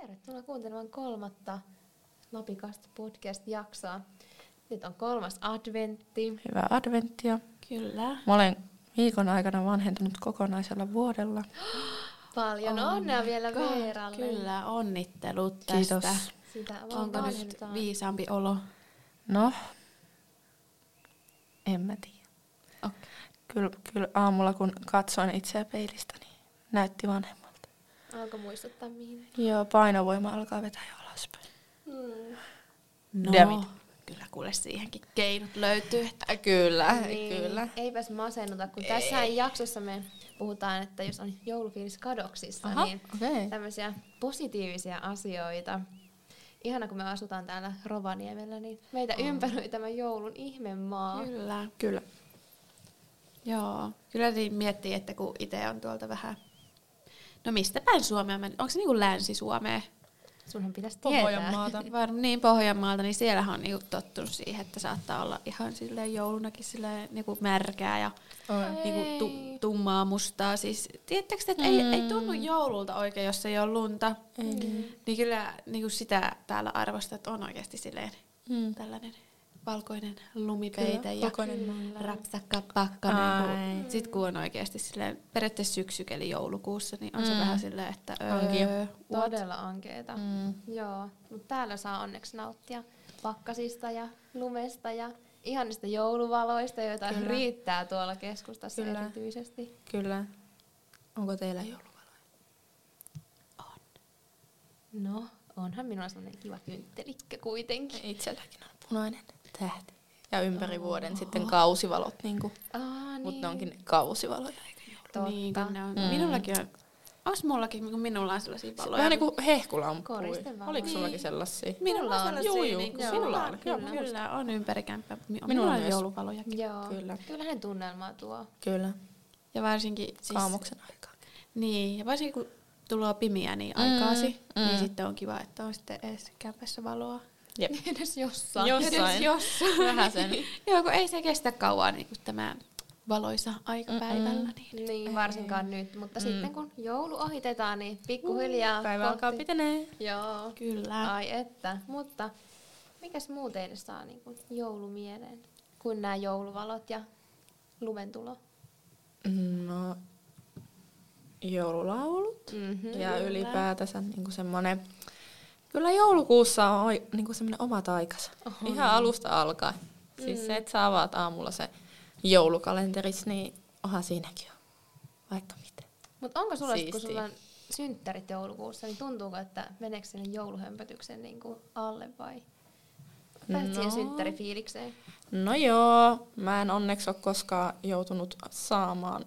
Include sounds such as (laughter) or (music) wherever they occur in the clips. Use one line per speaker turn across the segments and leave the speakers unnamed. Tervetuloa kuuntelemaan kolmatta Lapikasta podcast-jaksoa. Nyt on kolmas adventti.
Hyvää adventtia.
Kyllä.
Mä olen viikon aikana vanhentunut kokonaisella vuodella.
Paljon
Oh
no, onnea vielä
Ka-
Veeralle.
Kyllä, onnittelut
Kiitos.
tästä.
Sitä vaan
Onko nyt
vanhennetaan.
viisaampi olo?
No, en mä tiedä.
Okei.
Kyllä, kyllä aamulla kun katsoin itseä peilistä, niin näytti vanhemmalta.
Alko muistuttaa mihin?
Joo, painovoima alkaa vetää jo alaspäin.
Mm.
No,
David.
kyllä kuule siihenkin keinot löytyy. Että kyllä,
Niin, Eipäs masennuta, kun tässä jaksossa me puhutaan, että jos on joulufiilis kadoksissa,
Aha,
niin
okei.
tämmöisiä positiivisia asioita. Ihana, kun me asutaan täällä Rovaniemellä, niin meitä ympäröi tämä joulun ihmemaa.
Kyllä.
Kyllä.
Joo. Kyllä niin miettii, että kun itse on tuolta vähän... No mistä päin Suomea? mä- Onko se niinku Länsi-Suomea?
Sunhan pitäisi tietää. No.
Pohjanmaata.
Varmaan niin Pohjanmaalta, niin siellähän on niinku tottunut siihen, että saattaa olla ihan silleen joulunakin silleen niinku märkää ja
Oi.
niinku
Ei.
tu- tummaa mustaa. Siis, tiedättekö, te, että ei, ei
Mm.
tunnu joululta oikein, jos ei ole lunta.
Ei niin.
Niin kyllä niinku sitä täällä arvostaa, että on oikeasti silleen
Mm.
tällainen valkoinen lumipeite ja
kokoinen maa.
rapsakka pakkanen.
Ai.
Sitten kun on oikeasti silleen, periaatteessa syksykeli joulukuussa, niin on se
Mm.
vähän silleen, että
Onkin.
öö, what?
Todella ankeeta. Mm.
Mm.
Joo, mutta täällä saa onneksi nauttia pakkasista ja lumesta ja ihanista jouluvaloista, joita Kyllä.
Kyllä.
riittää tuolla keskustassa Kyllä.
Kyllä.
erityisesti.
Kyllä. Onko teillä jouluvaloja?
on.
No, onhan minulla sellainen kiva kynttelikkä kuitenkin.
Itselläkin on punainen tähti. Ja ympäri vuoden sitten kausivalot, niin kuin,
Aa, niin.
mutta ne onkin kausivaloja eikä joulu.
Totta.
Niin, kun ne on.
Mm.
Mm. Minullakin on. Onks mullakin, kun minulla on sellaisia
Se
valoja?
Vähän niin kuin hehkulamppuja.
Koristevalo.
Oliko
Niin.
sullakin sellaisia?
Minulla on sellaisia.
Juu, juu,
niin kuin-
joo. Sulla on,
Kyllä,
joo,
kyllä, on ympäri kämppä. Minulla,
Minulla
minulla on
myös.
jouluvalojakin.
Joo. Kyllä.
Kyllä.
Kyllähän tunnelmaa tuo.
Kyllä.
Ja varsinkin, siis,
Kaamoksen aikaa.
niin, ja varsinkin kun tulee pimiä niin aikaasi,
Mm,
mm,
mm.
niin sitten on kiva, että on sitten edes kämpässä valoa.
Jep.
Edes jossain.
Jos- Jossain.
Edes jossain.
(laughs) Vähän
(laughs)
sen.
Joo, kun ei se kestä kauan niin kuin tämä valoisa aikapäivällä.
Mm-mm.
Niin.
Niin, varsinkaan nyt. Mutta
Mm.
sitten kun joulu ohitetaan, niin pikkuhiljaa
Päivä alkaa pitenee.
Joo.
Kyllä.
Ai että, mutta mikäs muu teille saa niin kuin joulumieleen kuin nämä jouluvalot ja lumentulo?
No, joululaulut.
Mm-hmm.
Ja
Mm, Kyllä.
ylipäätänsä niinku semmoinen... Kyllä joulukuussa on oi- niinku semmoinen omat aikansa. Ihan alusta alkaen.
Mm.
Siis se, että sä avaat aamulla se joulukalenteris, niin onhan siinäkin on. Vaikka miten.
Mutta onko sulla, sit, kun
Siistiä.
sulla on synttärit joulukuussa, niin tuntuuko, että meneekö sinne jouluhömpötyksen niin kuin alle vai pääset no. siihen
No.
synttärifiilikseen?
No joo, mä en onneksi ole koskaan joutunut saamaan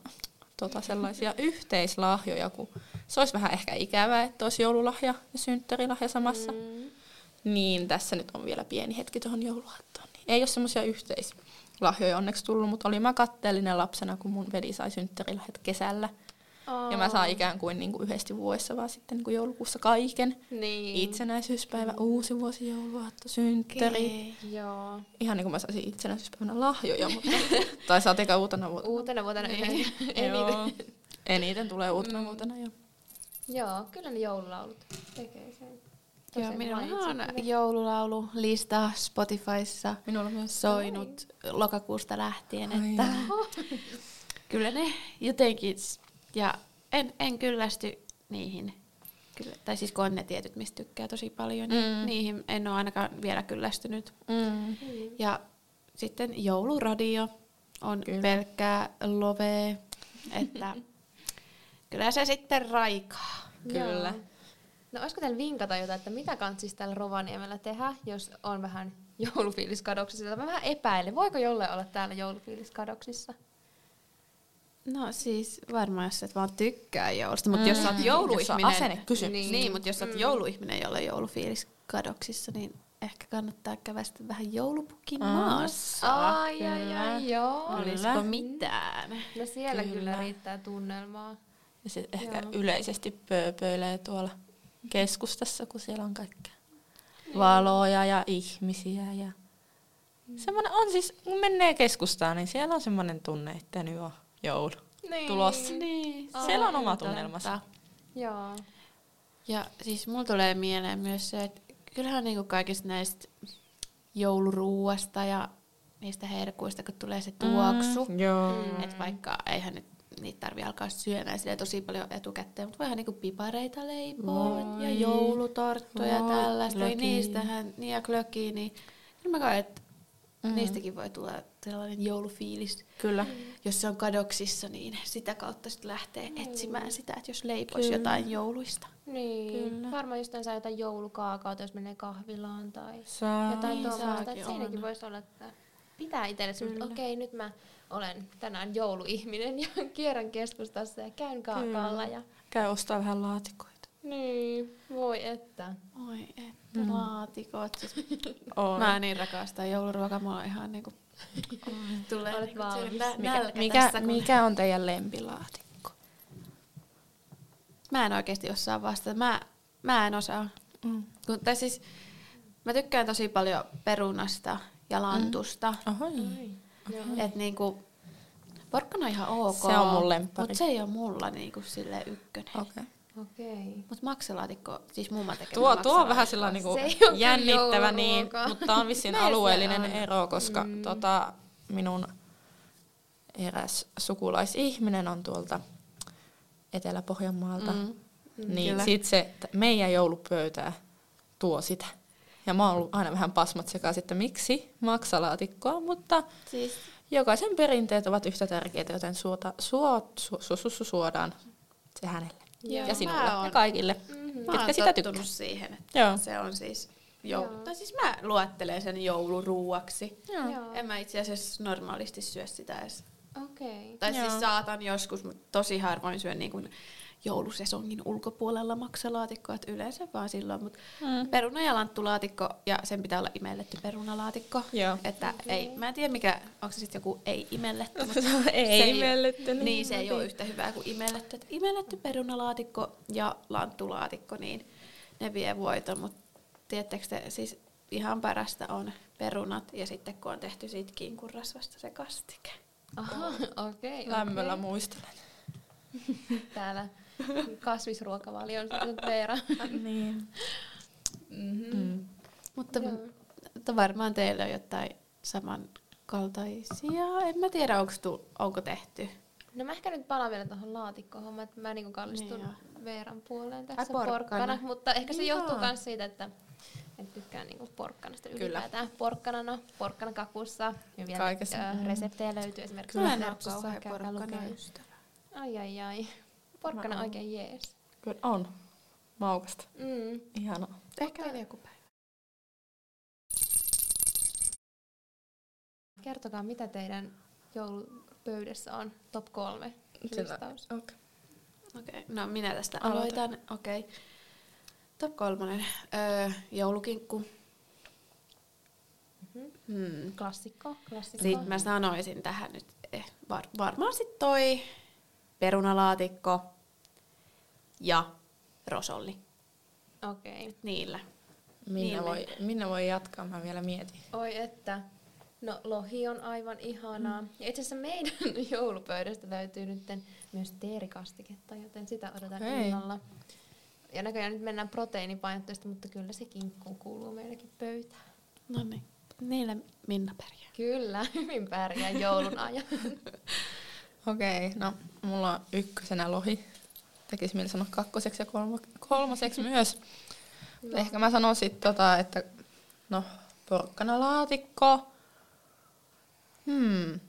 tota sellaisia yhteislahjoja, kun se olisi vähän ehkä ikävää, että olisi joululahja ja synttärilahja samassa. Mm.
Mm.
Niin tässä nyt on vielä pieni hetki tuohon jouluaattoon. Niin ei ole semmoisia yhteislahjoja onneksi tullut, mutta olin mä katteellinen lapsena, kun mun veli sai synttärilahjat kesällä. Ja mä saan ikään kuin, niin kuin yhdesti vuodessa, vaan sitten niin kuin joulukuussa kaiken.
Niin.
Itsenäisyyspäivä, uusi vuosi, jouluaatto, synttäri. Okay.
Joo.
Ihan niin kuin mä saisin itsenäisyyspäivänä lahjoja, mutta... (laughs) tai saatiinkaan uutena vuotena.
Uutena vuotena (laughs)
Niin.
yhden. Eniten.
Eniten tulee uutena mm. vuotena, joo.
Joo, kyllä ne joululaulut tekee sen.
Joo,
Tosin
minulla on
mainitsit ne.
joululaulu lista Spotifyssa
Minulla myös.
soinut lokakuusta lähtien,
Ai
että
Oho. (laughs)
kyllä ne jotenkin, s- ja en, en kyllästy niihin. Kyllä, tai siis kun on ne tietyt, mistä tykkää tosi paljon, niin
Mm.
mm. niihin en ole ainakaan vielä kyllästynyt.
Mm.
Mm.
Ja sitten jouluradio on
Kyllä.
kyllä. pelkkää lovee, että (laughs) kyllä se sitten raikaa.
Kyllä.
Joo. No olisiko teillä vinkata jotain, että mitä kannattaisi täällä Rovaniemellä tehdä, jos on vähän joulufiiliskadoksissa? Mä vähän epäilen, voiko jollain olla täällä joulufiiliskadoksissa?
No siis varmaan jos et vaan tykkää joulusta, mutta jos sä
Mm.
oot
Jos on
jouluihminen...
asennekysymys.
Niin, niin mutta jos sä oot jouluihminen, jolla on joulufiilis kadoksissa, niin ehkä kannattaa käydä sitten vähän joulupukin
Aa,
maassa.
Ai, ai,
kyllä.
ai, joo.
Oli.
Olisiko mitään?
No siellä kyllä, kyllä
Kyllä.
riittää tunnelmaa.
Ja se ehkä
Joo.
yleisesti pööpöilee tuolla
Mm-hmm.
keskustassa, kun siellä on kaikkea
Niin.
valoja ja ihmisiä. Ja...
Mm.
Semmoinen on siis, kun menee keskustaan, niin siellä on semmoinen tunne, että nyt on joulu.
Niin.
Tulossa.
Niin. Mm.
Siellä on oma tunnelmansa.
Joo.
Ja siis mulla tulee mieleen myös se, että kyllähän niinku kaikista näistä jouluruuasta ja niistä herkuista, kun tulee se tuoksu. Mm.
Joo.
Mm.
Että vaikka eihän nyt niitä tarvi alkaa syömään sille tosi paljon etukäteen, mutta voihan niinku pipareita leipoa
Voi.
ja joulutorttuja ja
Voi,
tällaista. Klöki.
klöki.
niistähän, niin ja klökiä, niin kyllä mä koen, että
Mm.
mm. niistäkin Mm. voi tulla sellainen joulufiilis.
Kyllä.
Jos se on kadoksissa, niin sitä kautta sitten lähtee mm. etsimään sitä, että jos leipoisi
Niin. Kyllä.
jotain jouluista.
Niin,
Kyllä.
Kyllä. varmaan just saa jotain joulukaakaota, jos menee kahvilaan tai
Saa.
jotain
niin,
tuommoista.
saakin
Että
olla.
siinäkin voisi olla, että pitää itselle semmoista,
Kyllä.
että okei, nyt mä olen tänään jouluihminen ja (laughs) kierrän keskustassa ja käyn kaakaalla. Ja...
Käy ostaa vähän laatikoita.
Niin, voi että.
Oi, että mm. laatikot. Siis
Oon.
Mä niin rakastan jouluruokaa, mulla on ihan niinku... Tulee
Olet
niinku
valmis.
sellainen nä-
Mikä,
nälkä
mikä,
tässä, kun-
mikä on teidän lempilaatikko?
Mä en oikeasti osaa vastata. Mä, mä en osaa.
Mm.
Kun, tai siis, mä tykkään tosi paljon perunasta
Mm.
ja lantusta.
Oho,
Joo.
Mm. Et niinku, porkkana on ihan ok.
Se on mun lemppari.
Mut se ei ole mulla niinku sille ykkönen. Okay.
Okay.
Okei.
Mut maksalaatikko, siis mumma tekee
Tuo, tuo on
maksalaatikkoa.
vähän sillä niinku
Se ei oo kyllä
jännittävä,
jouluruokaa.
niin, mutta tämä on vissiin
Näin se
alueellinen
on.
ero, koska
Mm.
tota, minun eräs sukulaisihminen on tuolta Etelä-Pohjanmaalta. Mm. Niin
Kyllä.
sit se t- meidän joulupöytää tuo sitä. Ja mä oon ollut aina vähän pasmat sekaan, että miksi maksalaatikkoa, mutta
Siis,
jokaisen perinteet ovat yhtä tärkeitä, joten suota, suot, su, su, su, su, suodaan se hänelle
Joo,
ja
mä
sinulle ja
oon-
kaikille.
Mm-hmm.
Mä
Ketkä
oon
sitä
tottunut
tykkää?
siihen, että
Joo.
se on siis jou-
Joo.
tai siis mä luettelen sen jouluruuaksi.
Joo.
En mä itse asiassa normaalisti syö sitä edes.
Okei.
Tai
Joo.
siis saatan joskus, mutta tosi harvoin syön niin kuin joulusesongin ulkopuolella maksalaatikkoa, että yleensä vaan silloin. Mutta
Mm.
peruna- ja lanttulaatikko, ja sen pitää olla imelletty perunalaatikko.
Joo.
Että
Okei.
ei, mä en tiedä mikä, onko se sitten joku ei imelletty.
(laughs)
mut
ei
se oo-
imelletty,
Niin,
Mm. niin,
se ei
niin.
ole yhtä hyvää kuin imelletty. Et imelletty perunalaatikko ja lanttulaatikko, niin ne vie voiton. Mutta tiedättekö te, siis ihan parasta on perunat ja sitten kun on tehty siitä kinkurasvasta se kastike.
Aha, okei. okei.
(laughs) Lämmöllä muistelen.
Täällä kasvisruokavalion sitten Veera.
(laughs) Niin. Mm.
Mutta
Joo.
mutta varmaan teillä on jotain samankaltaisia. En mä tiedä, onko, tu, onko tehty.
No mä ehkä nyt palaan vielä tuohon laatikkohommaan, että mä niinku kallistun
Niin
niin Veeran puoleen tässä
porkkana.
porkkana. porkkana. Mutta ehkä se
Niin Joo.
johtuu myös siitä, että et tykkään niinku porkkanasta
Kyllä.
ylipäätään. no, Porkkanana, porkkanakakussa, hyviä
Kaikessa.
Kaikessa.
Mm.
reseptejä löytyy esimerkiksi
Mä en ole
Snapsussa,
kauhean niin.
käykää
porkkana
lukemassa.
ystävä.
Ai ai ai, porkkana
Mä oon.
oikein jees.
Kyllä on. Maukasta.
Mm.
Ihanaa.
Ehkä vielä joku päivä.
Kertokaa, mitä teidän joulupöydässä on top kolme
Sillä-
listaus.
Okay.
Okei, no minä tästä
Aloita.
aloitan. Okei. Top kolmonen. Öö, joulukinkku.
Mhm.
Hmm.
Klassikko, klassikko.
Sitten mä sanoisin tähän nyt, eh, var, varmaan sitten toi perunalaatikko ja rosolli.
Okei. Okay.
Niillä.
Minna,
Niin
voi, Minna voi jatkaa, mä vielä mietin.
Oi että. No lohi on aivan ihanaa. Mm. Ja itse asiassa meidän (laughs) joulupöydästä löytyy nyt myös teerikastiketta, joten sitä odotan
Okei.
okay. innolla. Ja näköjään nyt mennään proteiinipainotteista, mutta kyllä se kinkku kuuluu meillekin pöytään.
No niin. Niillä Minna pärjää.
Kyllä, (laughs) hyvin pärjää joulun
(laughs)
ajan.
Okei, okay, no mulla on ykkösenä lohi. Tekisi mieli sanoa kakkoseksi ja kolmo, (laughs) kolmoseksi myös. No. Ehkä mä sanon sit tota, että no porkkanalaatikko. Hmm.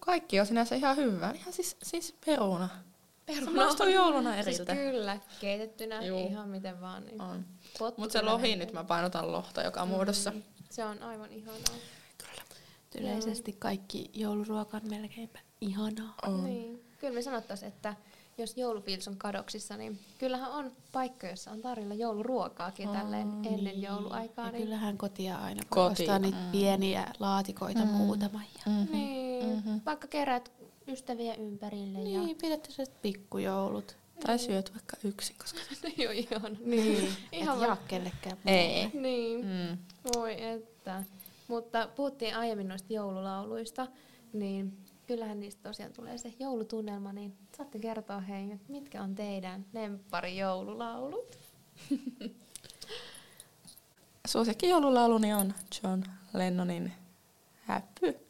Kaikki on sinänsä ihan hyvää. Ihan siis, siis peruna. Se maistuu jouluna eriltä.
Siis kyllä, keitettynä
Juu.
Juu. ihan miten vaan. Niin.
On.
Pottu
Mutta se
kyllä
lohi
menee.
nyt mä painotan lohta joka
Mm.
muodossa.
Se on aivan ihanaa.
Kyllä.
Yleisesti kaikki jouluruoka on melkeinpä ihanaa.
On.
Niin. Kyllä me sanottaisiin, että jos joulufiilis on kadoksissa, niin kyllähän on paikka, jossa on tarjolla jouluruokaakin
On,
oh, tälleen ennen
niin.
niin. jouluaikaa.
Ja
Niin,
kyllähän kotia aina voi
Koti,
ostaa niitä
mm.
pieniä laatikoita
Mm.
muutama. Ja...
Mm-hmm.
niin
Mhm.
mm-hmm. vaikka kerät ystäviä ympärille.
Niin, pidätte se pikkujoulut.
Tai syöt vaikka yksin, koska...
Ja... ei ole ihan. Niin.
Ihan
ihan
(laughs) Et jaa
vaan.
kellekään
(laughs)
Ei.
Niin.
Mm.
Voi että. Mutta puhuttiin aiemmin noista joululauluista, niin kyllähän niistä tosiaan tulee se joulutunnelma, niin saatte kertoa hei, että mitkä on teidän lempparijoululaulut?
Suosikki joululauluni on John Lennonin Happy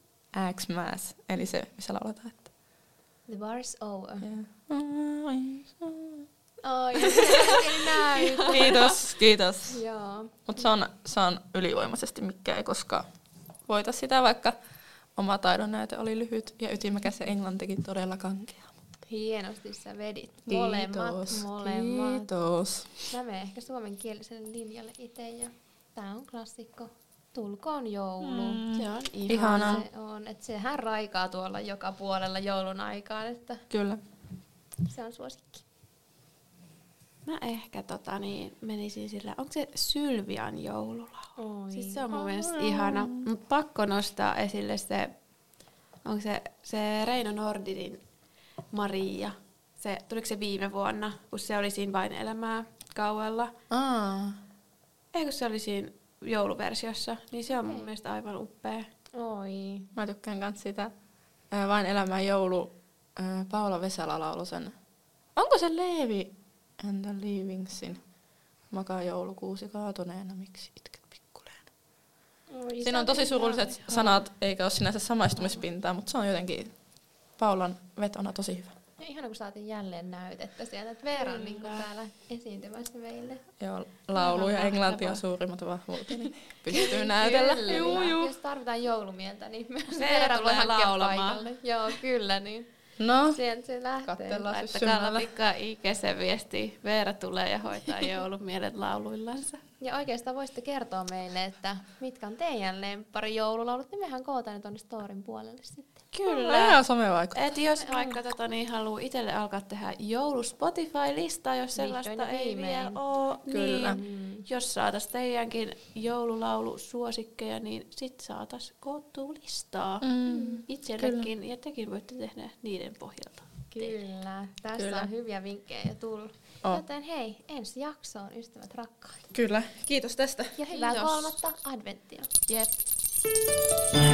Xmas, eli se, missä lauletaan, että
The bar is over.
yeah.
(laughs) Oi, oh, näin.
Kiitos, kiitos.
Joo.
Mutta se on, se on ylivoimaisesti mikä ei koskaan voita sitä, vaikka oma taidon näyte oli lyhyt ja ytimekäs ja englantikin todella kankea.
Hienosti sä vedit. Molemmat, molemmat.
Kiitos.
Mä menen ehkä suomenkieliselle linjalle itse ja tää on klassikko. Tulkoon joulu. Mm.
Se on ihan.
Ihanaa.
Se on, että sehän raikaa tuolla joka puolella joulun aikaan, että
Kyllä.
se on suosikki.
Mä ehkä tota, niin, menisin sillä, onko se Sylvian joululaulu?
Oi.
Siis se on mun mielestä ihana, mutta pakko nostaa esille se, onko se, se Reino Nordinin Maria. Se, tuliko se viime vuonna, kun se oli siinä vain elämää kauella?
Aa.
Ei kun se oli siinä jouluversiossa, niin se on mun
Okei.
mielestä aivan upea.
Oi.
Mä tykkään myös sitä ää, Vain elämän joulu ää, Paula Vesala laulu sen. Onko se Leevi and the Leavingsin? Makaa joulukuusi kaatuneena, miksi itket pikkuleen?
Oi, se
Siinä on tosi surulliset sanat, eikä ole sinänsä samaistumispintaa, mutta se on jotenkin Paulan vetona tosi hyvä.
Ja ihana, kun saatiin jälleen näytettä sieltä, että Veera on niin
Kyllä.
täällä esiintymässä meille.
Joo, laulu ja
Aivan
englanti
mahtavaa.
on suurimmat vahvuuteni. niin Pystyy näytellä.
Kyllä.
Juu, juu.
Jos tarvitaan joulumieltä, niin myös
Veera
Veera
tulee
tulee hakemaan
laulamaan.
paikalle. Joo, kyllä, niin
No,
sieltä se lähtee.
Kattellaan. Laittakaa
Laittakaa
syssymällä.
pikkaa ikäisen viesti. Veera tulee ja hoitaa joulumielet lauluillansa.
Ja oikeastaan voisitte kertoa meille, että mitkä on teidän lemppari joululaulut, niin mehän kootaan ne tuonne storin puolelle sitten.
kyllä. Ihan somevaikuttaa.
Et jos vaikka tota, niin haluaa itselle alkaa tehdä joulu Spotify-listaa, jos
Vihdoin
sellaista
ja
ei
viimein.
vielä ole,
Kyllä.
niin jos saatais teidänkin joululaulusuosikkeja, niin sit saatais koottua listaa
Mm.
itsellekin ja tekin voitte tehdä niiden pohjalta.
Kyllä, tässä
Kyllä.
on hyviä vinkkejä jo tullut.
On.
Joten hei, ensi jaksoon ystävät rakkaat.
Kyllä. Kiitos tästä.
Ja hyvää
Kiitos.
kolmatta adventtia.
Jep.
Yeah.